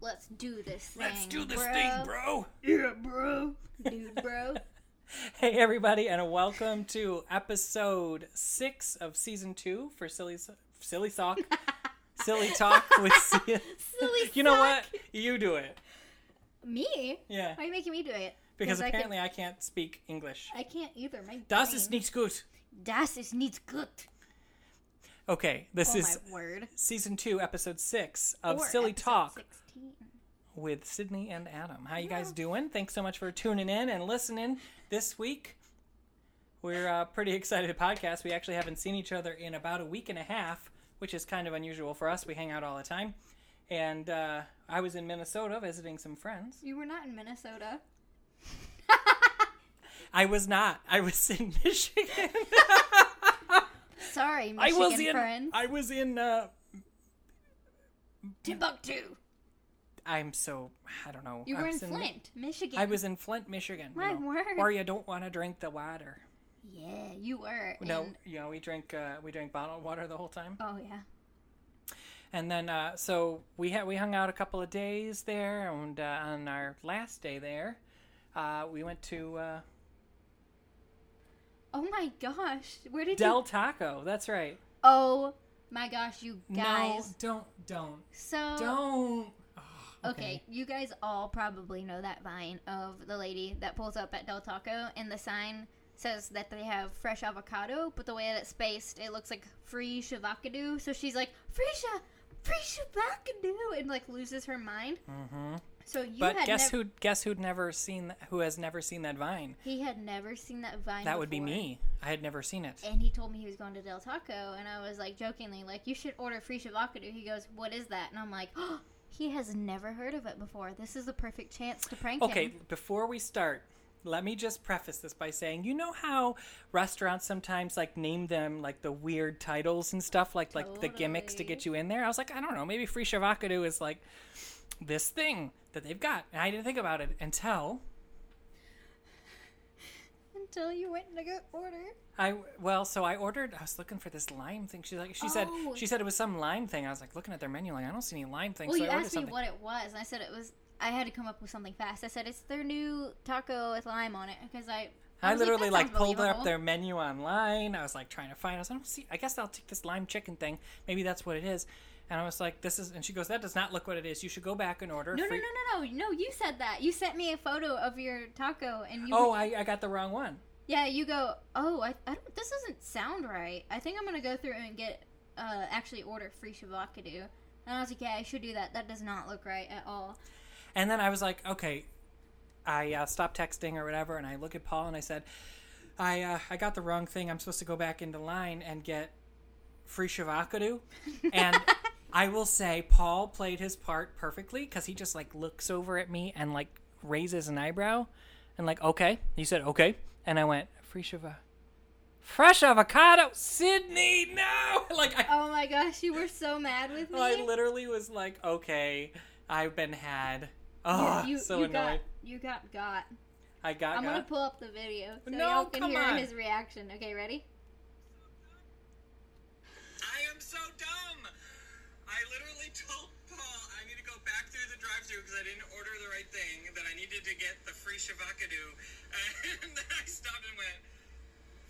let's do this thing. Let's do this thing, bro. Yeah, bro. Dude, bro. Hey, everybody, and welcome to episode six of season two for Silly So- Silly Sock. Silly Talk with Sia. Silly You know fuck. what? You do it. Me? Yeah. Why are you making me do it? Because I can- apparently I, can't speak English. I can't either. My Das brain- ist nicht gut. Das ist nicht gut. Okay, this oh is my word. season two, episode six of Or Silly episode Talk 16. with Sydney and Adam. How you guys doing? Thanks so much for tuning in and listening this week. We're uh, pretty excited to podcast. We actually haven't seen each other in about a week and a half, which is kind of unusual for us. We hang out all the time. And uh, I was in Minnesota visiting some friends. You were not in Minnesota. I was not. I was in Michigan. Sorry, I Michigan was in. friends. I was in. Uh, Timbuktu. I'm so. I don't know. You I were in was Flint, Michigan. I was in Flint, Michigan. My you know, word. Or you don't want to drink the water. Yeah, you were. No, and- you know, we drink uh, we drank bottled water the whole time, Oh yeah. and then uh, so we had we hung out a couple of days there, and uh, on our last day there, uh, we went to uh, Oh my gosh. Where did you? Del Taco. That's right. Oh my gosh, you guys. no, don't, don't, So don't. Okay, you guys all probably know that vine of the lady that pulls up at Del Taco and the sign says that they have fresh avocado, but the way that it's spaced, it looks like free shavacado. So she's like, free sha, free shavacado, and like loses her mind. Mm-hmm. So you But had nev- guess who? Guess who'd never seen? th- Who has never seen that vine? He had never seen that vine. That would be before. me. I had never seen it. And he told me he was going to Del Taco, and I was like jokingly, like, you should order free shavacado. He goes, what is that? And I'm like, oh, he has never heard of it before. This is the perfect chance to prank him. Okay, before we start, let me just preface this by saying, you know how restaurants sometimes like name them like the weird titles and stuff, like like the gimmicks to get you in there. I was like, I don't know, maybe free shavakadu is like this thing that they've got, and I didn't think about it until Until you went to go order. I well, so I ordered. I was looking for this lime thing. She's like, she said, Oh. she said it was some lime thing. I was like looking at their menu, like I don't see any lime thing. Well, so you I ordered asked me something. what it was, and I said it was. I had to come up with something fast. I said it's their new taco with lime on it because I. I, was literally "That like, sounds pulled up believable." their menu online. I was like trying to find. I was like, I don't see. I guess I'll take this lime chicken thing. Maybe that's what it is. And I was like, this is. And she goes, that does not look what it is. You should go back and order. No, no, free- no, no, no, no! You said that. You sent me a photo of your taco, and you. Oh, I, I got the wrong one. Yeah, you go. Oh, I, I don't. This doesn't sound right. I think I'm gonna go through and get, uh, actually order free shavakadu. And I was like, yeah, I should do that. That does not look right at all. And then I was like, okay. I uh, stopped texting or whatever, and I look at Paul and I said, I uh, I got the wrong thing. I'm supposed to go back into line and get free shavakadu. And I will say, Paul played his part perfectly because he just like looks over at me and like raises an eyebrow and like, okay. He said, okay. And I went, free shiva. Fresh avocado, Sydney, no! Like, I, Oh my gosh, you were so mad with Oh, me. I literally was like, okay, I've been had. Oh, you, so you annoyed. got you got got. I got I'm gonna got. pull up the video so No, y'all can come hear on. his reaction. Okay, ready? I am so dumb. I literally told Paul I need to go back through the drive-through because I didn't order the right thing. That I needed to get the free shavakadu, and then I stopped and went,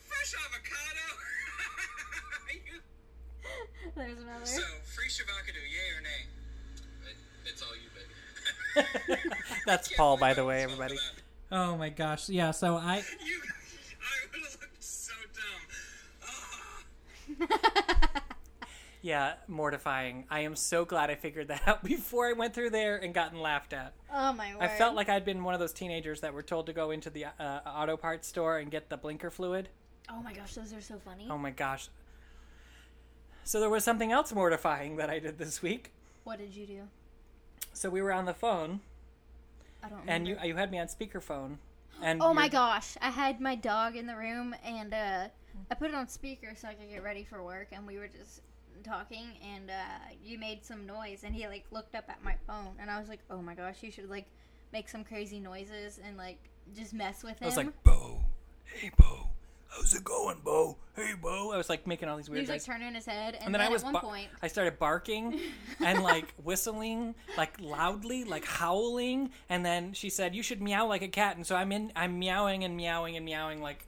"Fresh avocado." You- There's another. so free shavakadu, yay or nay? it's all you, baby. That's Paul, by the way, everybody. Oh my gosh, yeah. So I, You, I would have looked so dumb. Ah. yeah, mortifying. I am so glad I figured that out before I went through there and gotten laughed at. Oh my word. I felt like I'd been one of those teenagers that were told to go into the uh, auto parts store and get the blinker fluid. Oh my gosh, those are so funny. Oh my gosh. So there was something else mortifying that I did this week. What did you do? So we were on the phone, I don't. Remember. and you you had me on speakerphone, and Oh my your- gosh, I had my dog in the room and uh, I put it on speaker so I could get ready for work, and we were just talking, and uh, you made some noise, and he like looked up at my phone, and I was like, oh my gosh, you should like make some crazy noises and like just mess with him. I was like, Bo, hey Bo, "How's it going, Bo? Hey, Bo." I was like making all these He weird was like noises. turning his head, and, and then, then I was at one ba- point, I started barking and like whistling like loudly, like howling. And then she said, "You should meow like a cat." And so I'm in, I'm meowing and meowing and meowing like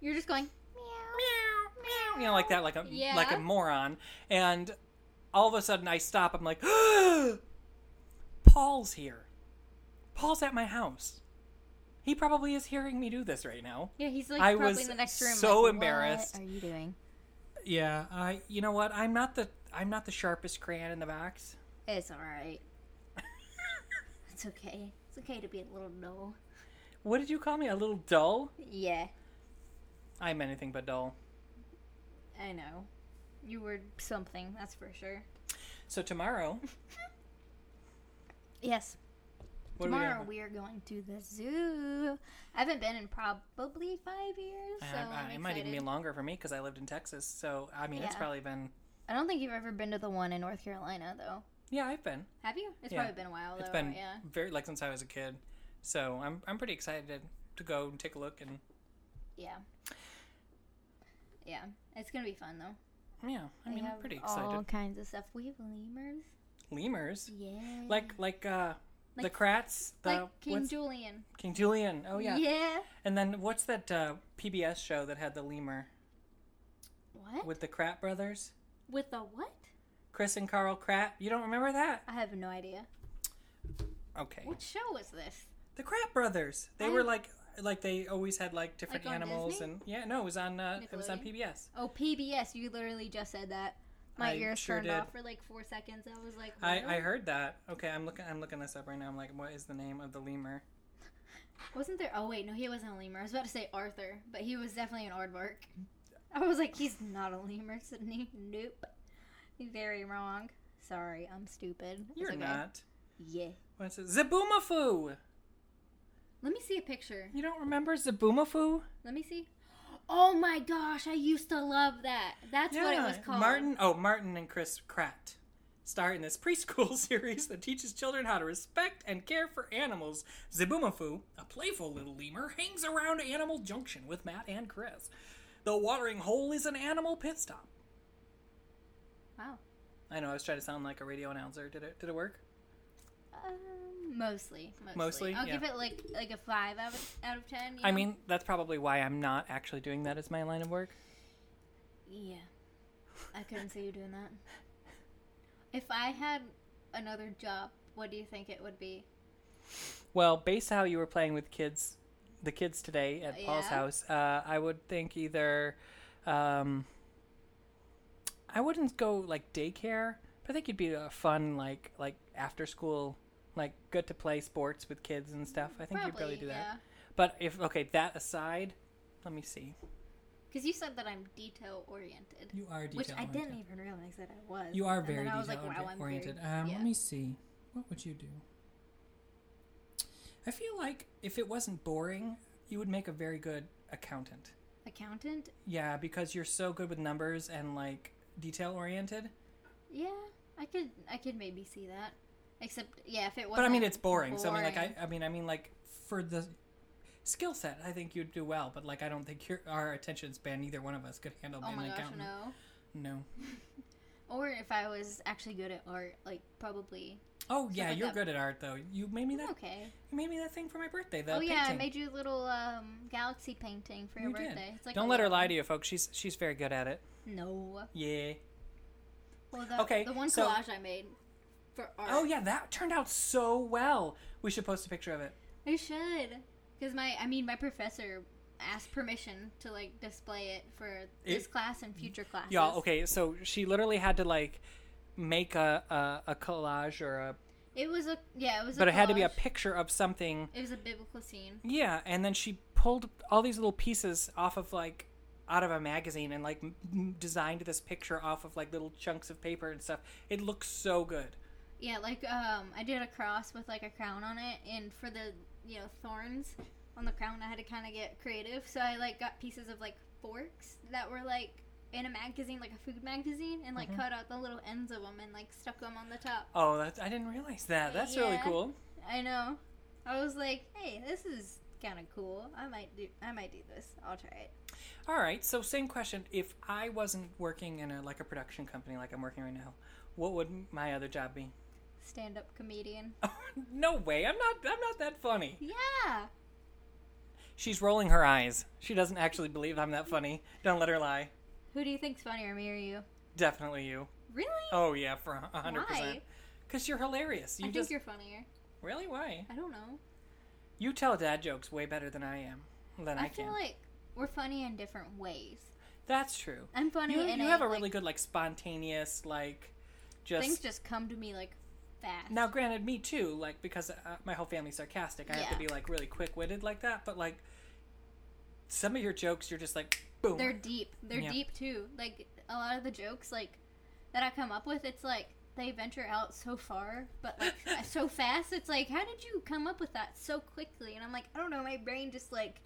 you're just going you know, like that, like a Yeah. like a moron. And all of a sudden, I stop. I'm like, Paul's here. Paul's at my house. He probably is hearing me do this right now. Yeah, he's like I probably was in the next room. so like, "What embarrassed." are you doing? Yeah, I. You know what? I'm not the I'm not the sharpest crayon in the box. It's all right. it's okay. It's okay to be a little dull. What did you call me? A little dull? Yeah, I'm anything but dull. I know. You were something, that's for sure. So tomorrow, Yes. what Tomorrow do we we are going to the zoo. I haven't been in probably five years, so have? I, I- I- am it might even be excited. longer for me because I lived in Texas. So I mean, it's Yeah. probably been. I don't think you've ever been to the one in North Carolina, though. Yeah, I've been. Have you? It's Yeah. probably been a while, though. It's been Yeah. very like since I was a kid, so I'm I'm pretty excited to go and take a look and Yeah. Yeah. It's gonna be fun, though. yeah, I mean they I'm have pretty excited. All kinds of stuff. We have lemurs. Lemurs, Yeah. like like uh the Like- Kratz, the like King what's, Julian. King Julian. Oh yeah. Yeah. and then what's that uh, PBS show that had the lemur What? With, with the Krat brothers, the what? Chris and Carl Krat? You don't remember that? I have no idea. Okay, What show was this? the Krat brothers. They I- were like like they always had like different Like on animals Disney? and yeah no it was on uh, it was on Nickelodeon? PBS. Oh, PBS. You literally just said that. My I ears sure turned did. off for like four seconds. I was like, I, what? I heard that. Okay, I'm looking I'm looking this up right now. I'm like, what is the name of the lemur? wasn't there? Oh wait, no, he wasn't a lemur. I was about to say Arthur, but he was definitely an aardvark. I was like, he's not a lemur, Sydney. Nope, You're very wrong. Sorry, I'm stupid. It's You're okay. not. Yeah. What's it? Zaboomafoo! Let me see a picture. You don't remember Zaboomafoo? Let me see. Oh my gosh, I used to love that. That's what it was called. Martin. Oh, Martin and Chris Pratt star in this preschool series that teaches children how to respect and care for animals. Zaboomafoo, a playful little lemur, hangs around Animal Junction with Matt and Chris. The watering hole is an animal pit stop. Wow. I know I was trying to sound like a radio announcer. Did it? Did it work? Um, mostly, mostly. Mostly, I'll yeah. give it like like a five out of out of ten. you I know? mean, that's probably why I'm not actually doing that as my line of work. yeah. I couldn't see you doing that. If I had another job, what do you think it would be? Well, based on how you were playing with kids, the kids today at Paul's Yeah. house, uh, I would think either, um, I wouldn't go like daycare, but I think it'd be a fun like like after school, like good to play sports with kids and stuff. I think you'd probably do that. But if okay, that aside, let me see. Because you said that I'm detail oriented, You are which I didn't even realize that I was. You are And then very I was detail like, wow, I'm oriented. Very, Um, yeah. Let me see. What would you do? I feel like if it wasn't boring, you would make a very good accountant. Accountant? Yeah, because you're so good with numbers and like detail oriented. Yeah, I could I could maybe see that. Except yeah, if it was. But I mean, it's boring. So I mean, like I, I mean, I mean, like for the skill set, I think you'd do well. But like, I don't think your, our attention span, either one of us, could handle Oh being my an gosh, accountant. no. no. Or if I was actually good at art, like probably Oh yeah, like you're that. good at art though. You made me that. okay. You made me that thing for my birthday. The oh yeah, I Uh, painting. made you a little um, galaxy painting for your You did. birthday. It's like Don't let her lie to you, folks. She's she's very good at it. you. No. Yeah. Well, the, Okay, The one so- collage I made for art. Oh yeah, that turned out so well. We should post a picture of it. I should, because my I mean my professor asked permission to like display it for this It- class and future classes. Y'all, okay, so she literally had to like make a a, a collage or a It was a yeah. It was. but a it had to be a collage. picture of something. It was a biblical scene. Yeah, and then she pulled all these little pieces off of like out of a magazine and like m- m- designed this picture off of like little chunks of paper and stuff. It looks so good. Yeah, like um, I did a cross with like a crown on it, and for the you know thorns on the crown, I had to kind of get creative. So I like got pieces of like forks that were like in a magazine, like a food magazine, and like Mm-hmm. cut out the little ends of them and like stuck them on the top. Oh, that's, I didn't realize that. That's really Yeah. cool. I know. I was like, hey, this is kind of cool. I might do. I might do this. I'll try it. All right. So same question. If I wasn't working in a like a production company like I'm working right now, what would my other job be? Stand up comedian. no way. I'm not. I'm not that funny. Yeah. She's rolling her eyes. She doesn't actually believe I'm that funny. Don't let her lie. Who do you think's funnier, me or you? Definitely you. Really? Oh yeah, for a hundred percent. Why? Because you're hilarious. You I just think you're funnier. really why? I don't know. You tell dad jokes way better than I am. Than I, I, can. feel like we're funny in different ways. That's true. I'm funny You, in you a, have a like, really good like spontaneous like just. things just come to me like fast. now, granted, me too. Like because uh, my whole family's sarcastic, I have to Yeah. be like really quick witted like that. But like some of your jokes, you're just like boom. they're deep. They're Yeah. deep too. Like a lot of the jokes like that I come up with, it's like they venture out so far, but like so fast. It's like, how did you come up with that so quickly? And I'm like, I don't know. My brain just like.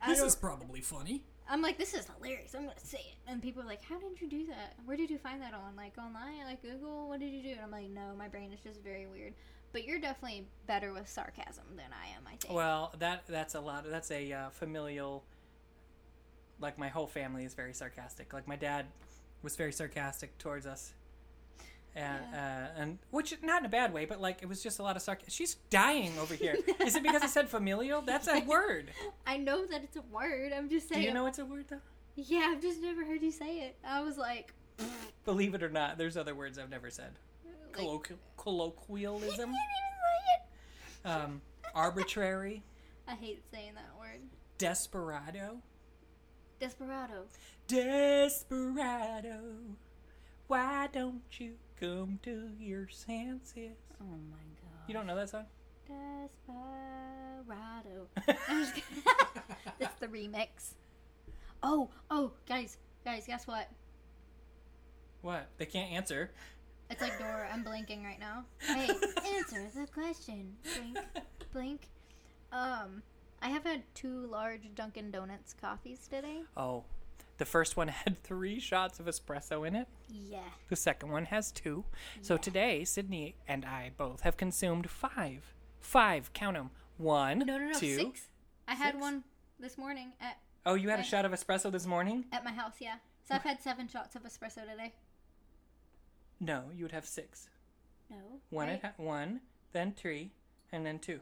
I This don't- is probably funny. I'm like, this is hilarious. I'm gonna say it. And people are like, how did you do that? Where did you find that on? Like online, like Google? What did you do? And I'm like, no, my brain is just very weird. But you're definitely better with sarcasm than I am. I think. Well, that that's a lot. That's a uh, familial. Like my whole family is very sarcastic. Like my dad was very sarcastic towards us, and uh, and which not in a bad way, but like it was just a lot of sarcasm. She's dying over here. is it because I said familial? That's a word. I know that it's a word. I'm just Do saying. you know it's a word though? Yeah, I've just never heard you say it. I was like, Believe it or not, there's other words I've never said. like, you Colloquial, can't colloquialism, even say it. um, arbitrary, I hate saying that word. desperado. Desperado. Desperado, why don't you come to your senses? Oh my god. You don't know that song? Desperado. I'm just kidding. That's the remix. Oh, oh, guys, guys, guess what? what? They can't answer. It's like Dora. I'm blinking right now. Hey, answer the question. Blink, blink. Um, I have had two large Dunkin' Donuts coffees today. Oh, the first one had three shots of espresso in it. Yeah. The second one has two. So today, Sydney and I both have consumed five. Five, count 'em. One, No, no, no. two. Six. I had Six? one this morning at Oh, you had a Right. shot of espresso this morning? at my house. Yeah. So I've had seven shots of espresso today. No, you would have six. No. One, right? at a- one, then three, and then two.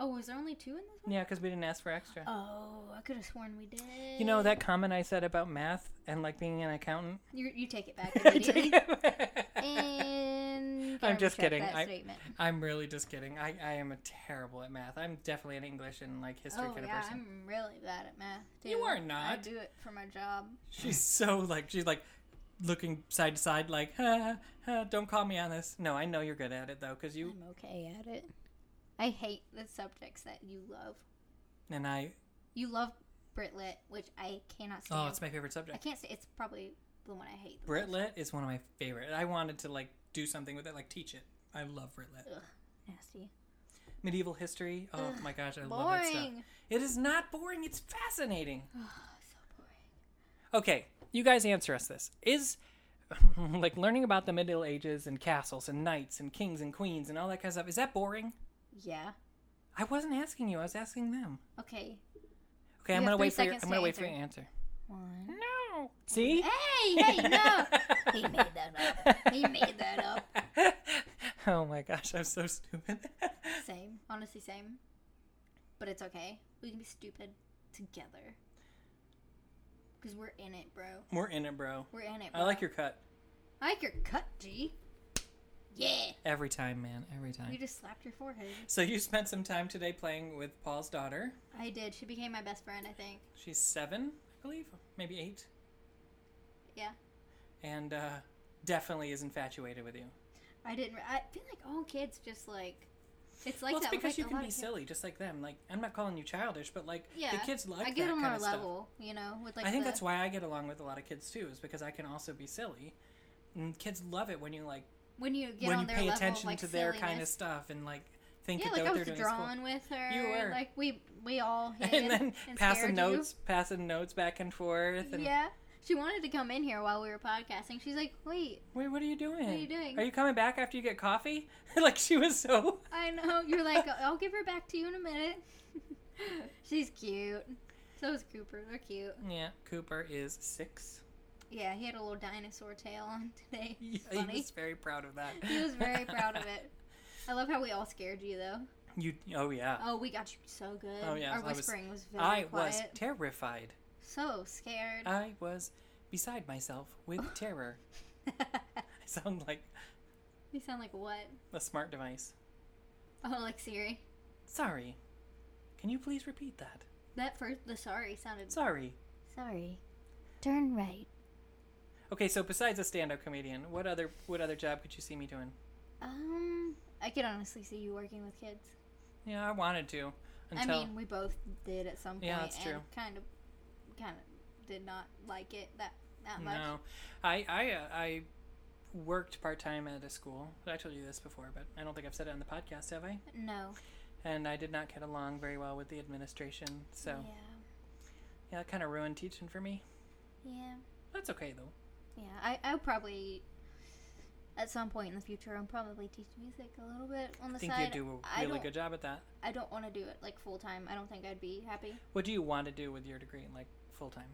Oh, was there only two in this one? Yeah, because we didn't ask for extra. Oh, I could have sworn we did. You know that comment I said about math and like being an accountant? You, you take it back I take immediately. it back. and I'm just retract kidding. That I- statement. I'm really just kidding. I, I am a terrible at math. I'm definitely an English and like history Oh kind of yeah, person. I'm really bad at math. Too. You are I not. do it for my job. She's so like she's like looking side to side like ha, ha, don't call me on this. No, I know you're good at it though cuz you I'm okay at it. I hate the subjects that you love. and I You love Brit Lit, which I cannot stand. Oh, it's my favorite I subject. can't say it's probably the one I hate. the most. Britlit is one of my favorite. I wanted to like do something with it, like teach it. I love Britlit. Ugh, nasty. Medieval history. Oh my gosh, I love that stuff. Boring. It is not boring. It's fascinating. So boring. Okay, you guys answer us this. Is like learning about the Middle Ages and castles and knights and kings and queens and all that kind of stuff, is that boring? Yeah. I wasn't asking you, I was asking them. Okay. You Okay, I'm have gonna three wait for your seconds I'm to gonna wait for your answer. One. Eh. No. See? Hey, hey, no! he made that up. He made that up. oh my gosh, I'm so stupid. Same. Honestly, same. But it's okay. We can be stupid together. Because we're in it, bro. We're in it, bro. We're in it, bro. I like your cut. I like your cut, G. Yeah. Every time, man. Every time. You just slapped your forehead. So you spent some time today playing with Paul's daughter. I did. She became my best friend, I think. She's seven, I believe, maybe eight, Yeah. and uh, definitely is infatuated with you. I didn't. re- I feel like all kids just like. It's like well, it's that with, because like, you a can lot be of kids. silly, just like them. Like I'm not calling you childish, but like Yeah. the kids like I get that on kind their of stuff. level, you know, with like. I think the, that's why I get along with a lot of kids too, is because I can also be silly. And kids love it when you like when you get when on you their pay level attention of, like, to their kind silliness. of stuff and like think Yeah, that like I what was they're doing is cool. drawing with her. You were. Like we we all hid And then passing scared notes, passing notes back and forth. You. And Yeah. She wanted to come in here while we were podcasting. She's like, "Wait, wait, what are you doing? you doing?" Are you coming back after you get coffee? like she was so. I know." You're like, "I'll give her back to you in a minute." She's cute. So is Cooper. They're cute. Yeah, Cooper is six. Yeah, he had a little dinosaur tail on today. Yeah, It's he funny. was very proud of that. He was very proud of it. I love how we all scared you though. You, oh yeah, Oh, we got you so good. Oh, yeah, Our I was- whispering was, very I quiet. was terrified. so scared. I was beside myself with terror. I sound like you sound like what? a smart device. Oh, like Siri. Sorry. Can you please repeat that? That first, the sorry sounded. Sorry. Sorry. Turn right. Okay, so besides a stand-up comedian, what other what other job could you see me doing? Um, I could honestly see you working with kids. Yeah, I wanted to until I mean, we both did at some point. Yeah, that's and true. Kind of, kind of did not like it that that much. no. I I uh, I worked part-time at a school. I told you this before, but I don't think I've said it on the podcast, have I? No. And I did not get along very well with the administration. So, yeah, Yeah. that kind of ruined teaching for me. Yeah. That's okay though. Yeah. I I'll probably. At some point in the future, I'll probably teach music a little bit on the I think side. you do a I really don't, good job at that. I don't want to do it like full time. I don't think I'd be happy. What do you want to do with your degree like full-time?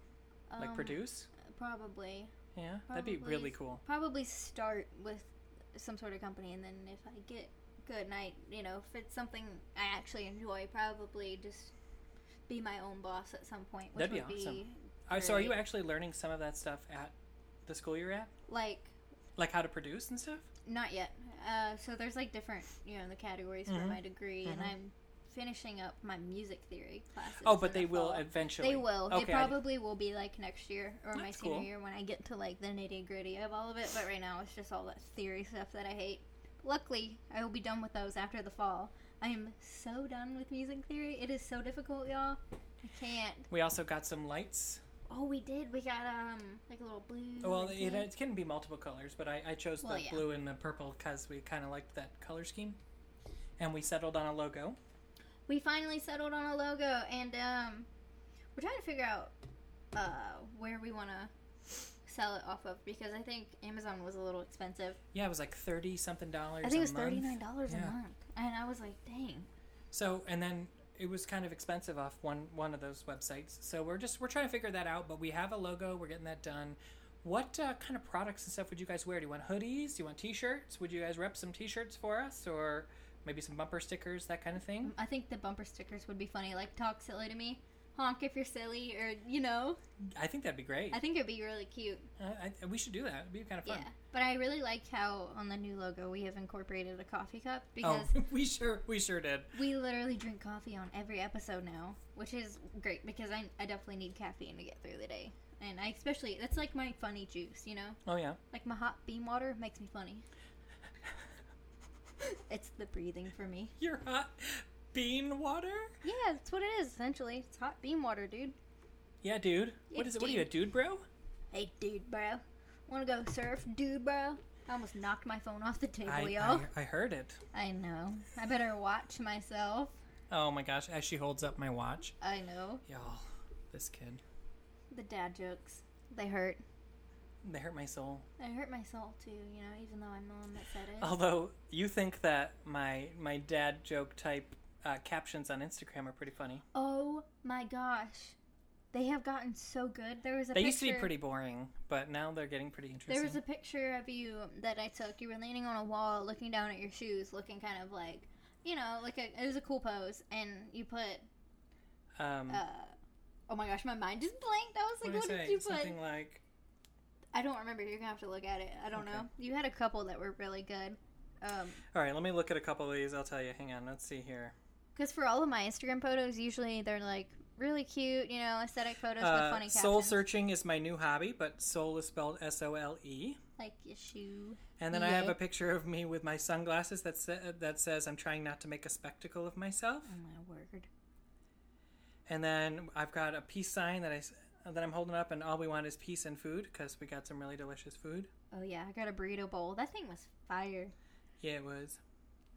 Like Um, produce? Probably. Yeah, that'd be probably really s- cool. Probably start with some sort of company, and then if I get good and I, you know, if it's something I actually enjoy, probably just be my own boss at some point. Which That'd be would awesome. Be Uh, so, are you great. actually learning some of that stuff at the school you're at? like Like how to produce and stuff? not yet. Uh, so there's like different, you know, the categories for Mhm. my degree, and Mhm. I'm finishing up my music theory classes. Oh, but in they the will fall. eventually. They will. Okay, they I- probably will be like next year or my That's senior cool. year when I get to like the nitty gritty of all of it. But right now, it's just all that theory stuff that I hate. Luckily, I will be done with those after the fall. I am so done with music theory. It is so difficult, y'all. I can't. We also got some lights. Oh, we did. We got um like a little blue. Well, and it, pink. it can be multiple colors, but I, I chose Oh Well, the yeah. blue and the purple because we kind of liked that color scheme. And we settled on a logo. we finally settled on a logo, and um, we're trying to figure out uh where we want to sell it off of because I think Amazon was a little expensive. Yeah, it was like 30 something dollars. I think a it was month. thirty nine dollars Yeah. a month, and I was like, "Dang, So, and then it was kind of expensive off one one of those websites. So we're just we're trying to figure that out. But we have a logo. We're getting that done. What uh, kind of products and stuff would you guys wear? Do you want hoodies? Do you want T-shirts? Would you guys rep some T-shirts for us, or maybe some bumper stickers, that kind of thing? I think the bumper stickers would be funny. Like, talk silly to me, honk if you're silly, or you know, I think that'd be great. Mm-hmm. I think it'd be really cute. I, I, we should do that. It'd be kind of fun. Yeah, but I really like how on the new logo we have incorporated a coffee cup Oh, because we sure we sure did. we literally drink coffee on every episode now, which is great because I I definitely need caffeine to get through the day, and I especially that's like my funny juice, you know, Oh yeah. like my hot bean water makes me funny. it's the breathing for me. Your hot bean water? Yeah, that's what it is essentially. It's hot bean water, dude. Yeah, dude. What Yeah, is it? What are you, a dude, bro? Hey, dude, bro. Wanna go surf, dude, bro? I almost knocked my phone off the table, I, y'all. I I heard it. I, know. I better watch myself. Oh my gosh! As she holds up my watch, I know. y'all, this kid. The dad jokes. They hurt. They hurt my soul. They hurt my soul, too, you know, even though I'm the one that said it. Although you think that my my dad joke type uh, captions on Instagram are pretty funny. Oh my gosh. They have gotten so good. There was a they picture. used to be pretty boring, but now they're getting pretty interesting. There was a picture of you that I took. You were leaning on a wall, looking down at your shoes, looking kind of like, you know, like a, it was a cool pose. And you put um, uh, oh my gosh, my mind just blanked. I was like, what did I what, say? did you put? Something like I don't remember. You're gonna have to look at it. I don't Okay. know. You had a couple that were really good. Um, All right, let me look at a couple of these. I'll tell you. Hang on. Let's see here. because for all of my Instagram photos, usually they're like really cute, you know, aesthetic photos with Uh, funny captions, soul searching is my new hobby, but soul is spelled S O L E. like your shoe. And then I have Yeah. a picture of me with my sunglasses that sa- that says I'm trying not to make a spectacle of myself. Oh my word! And then I've got a peace sign that I s- that I'm holding up, and all we want is peace and food because we got some really delicious food. Oh yeah, I got a burrito bowl. That thing was fire. Yeah, it was.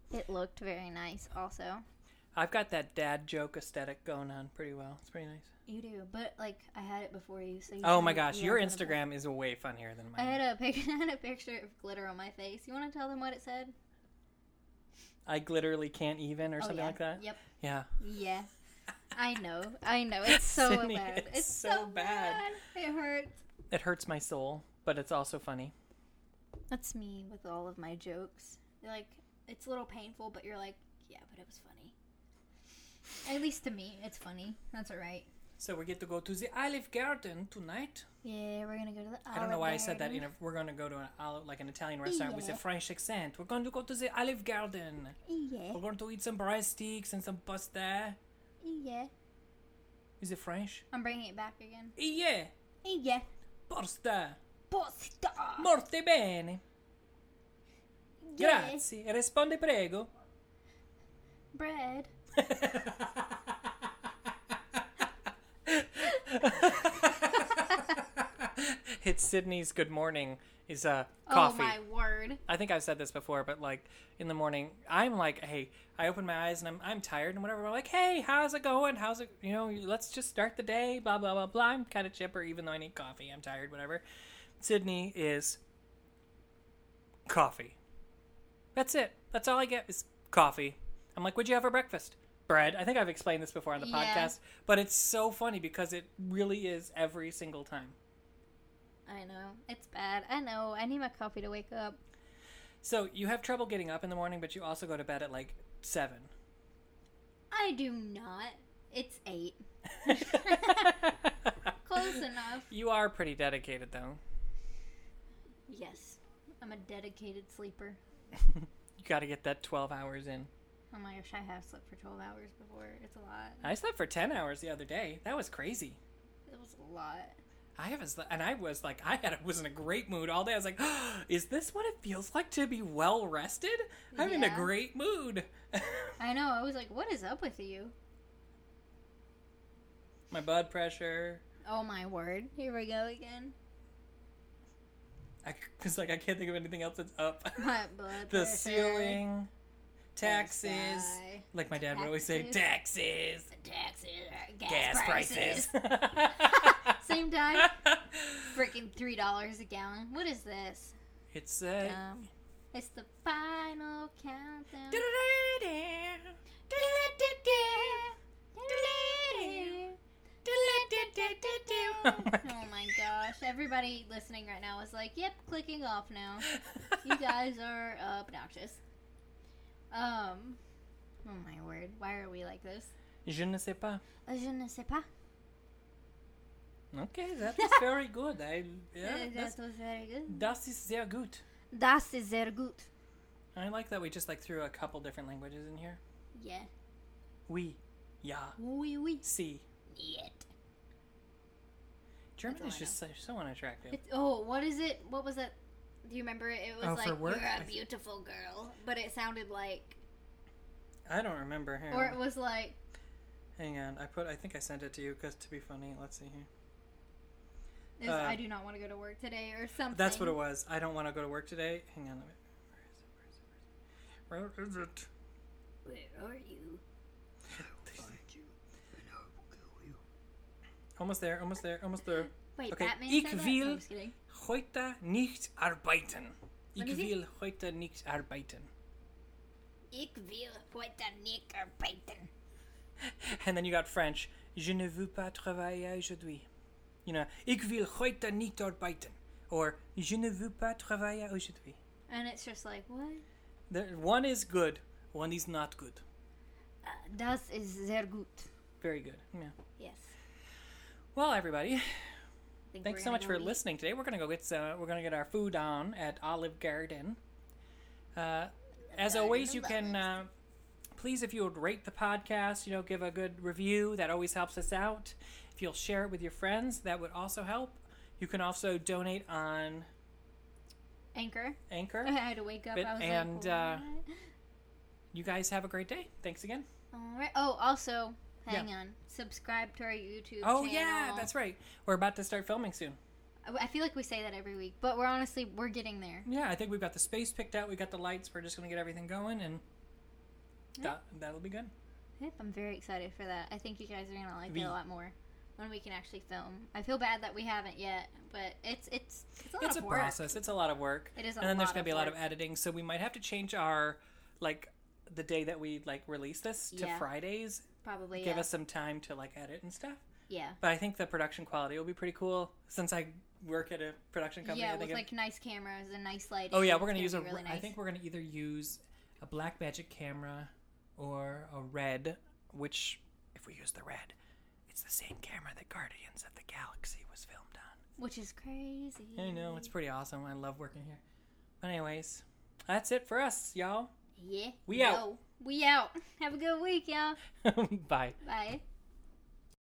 It looked very nice, also. I've got that dad joke aesthetic going on pretty well. It's pretty nice. You do, but like I had it before you, so you Oh had my it- gosh, you your had it before. Instagram is way funnier than I mine. had a picture. I had a picture of glitter on my face. You want to tell them what it said? I glitterly can't even or something Oh, yeah. like that. Yep. Yeah. Yeah. I know, I know. It's so Sydney, bad. it's It's, so so, bad. bad. It hurts. It hurts my soul, but it's also funny. That's me with all of my jokes. You're like, it's a little painful, but you're like, yeah, but it was funny. At least to me, it's funny. That's all right. So we get to go to the Olive Garden tonight. Yeah, we're gonna go to the. I don't know Olive why I said that. You Garden. know, we're gonna go to an olive, like an Italian restaurant with a Yeah. French accent. We're going to go to the Olive Garden. We're going to eat some breadsticks and some pasta. Yeah, yeah. Is it French? I'm bringing it back again. Yeah, Yeah, pasta. pasta. Morte bene. Yeah. Grazie. Responde prego. Bread. it's Sydney's good morning is uh, Oh coffee. my word. I think I've said this before, but like in the morning, I'm like, hey, I open my eyes and I'm, I'm tired and whatever. I'm like, hey, how's it going? How's it, you know, let's just start the day, blah, blah, blah, blah. I'm kind of chipper, even though I need coffee. I'm tired, whatever. Sydney is coffee. That's it. That's all I get is coffee. I'm like, would you have for breakfast? Bread. I think I've explained this before on the Yeah. podcast, but it's so funny because it really is every single time. I know. It's bad. I know. I need my coffee to wake up. So you have trouble getting up in the morning, but you also go to bed at like seven. I do not. It's eight. Close enough. You are pretty dedicated, though. Yes. I'm a dedicated sleeper. You got to get that 12 hours in. Oh my gosh, I have slept for 12 hours before. It's a lot. I slept for 10 hours the other day. That was crazy. It was a lot. I haven't slept, and I was like, I had was in a great mood all day. I was like, is this what it feels like to be well rested? I'm in a Yeah. great mood. I know. I was like, what is up with you? My blood pressure. Oh my word. Here we go again. I was like, I can't think of anything else that's up. My blood the pressure. ceiling, taxes. sky, Like my dad would always say, taxes, Taxes. Gas, gas prices. prices. Same time. Freaking $3 a gallon. What is this? it's uh, Um, it's the final countdown. Oh my gosh, everybody listening right now is like, yep, clicking off now. You guys are obnoxious. Um, oh my word, why are we like this? Je ne sais pas. Uh, Je ne sais pas. Okay, that is very good. I, yeah, Uh, that's, that was very good. das ist sehr gut. Das ist sehr gut. I like that we just like threw a couple different languages in here. Yeah. Oui, ja, Oui, oui. si. Yet. German That's is all I just so, so unattractive. It's, oh, what is it? What was it? Do you remember it? It was Oh, for like, work? you're a beautiful girl. But it sounded like, I don't remember. Hang or on. it was like, Hang on. I put. I think I sent it to you because to be funny. Let's see here. Is, Uh, I do not want to go to work today or something. That's what it was. I don't want to go to work today. Hang on. Let me, where is it? Where is it? Where is it? Where are you? Almost there, almost there, almost there. Wait, Okay, Batman ik said that? wil- No, I'm just kidding. Heute nicht arbeiten. Wat Ich is die? will heute nicht arbeiten. Ik wil heute nicht arbeiten. And then you got French. Je ne veux pas travailler aujourd'hui. You know, ik wil heute nicht arbeiten. Or je ne veux pas travailler aujourd'hui. And it's just like, what? There, one is good, one is not good. Uh, das ist sehr gut. Very good. Yeah. Yes. Well, everybody, I think we're thanks so gonna much go for eat. listening today. We're gonna go get some. We're gonna get our food on at Olive Garden. Uh, as Garden always, of you can uh, please, if you would rate the podcast, you know, give a good review. That always helps us out. If you'll share it with your friends, that would also help. You can also donate on Anchor. I Anchor. had to wake up. But- I was and, like, uh, what? You guys have a great day. Thanks again. All right. Oh, also, Yeah. hang on. Subscribe to our YouTube channel. Oh yeah, that's right. We're about to start filming soon. I feel like we say that every week, but we're honestly we're getting there. Yeah, I think we've got the space picked out. We've got the lights. We're just gonna get everything going, and that, that'll be good. Yep, I'm very excited for that. I think you guys are gonna like We- it a lot more when we can actually film. I feel bad that we haven't yet, but it's it's it's a lot it's of a work. process. It's a lot of work. It is a and then there's lot gonna of be a lot of work. editing, so we might have to change our like the day that we like release this to Yeah. Fridays. Probably. Give yeah. us some time to like edit and stuff. yeah. But I think the production quality will be pretty cool since I work at a production company. Yeah, I think with it- like nice cameras and nice lighting. oh yeah, It's we're gonna be use a. I Really nice. think we're gonna either use a black magic camera or a red. Which, if we use the red, it's the same camera that Guardians of the Galaxy was filmed on. Which is crazy. I know, it's pretty awesome. I love working here. But anyways, that's it for us, y'all. Yeah. We out. Yo. We out. Have a good week, y'all. Bye. Bye.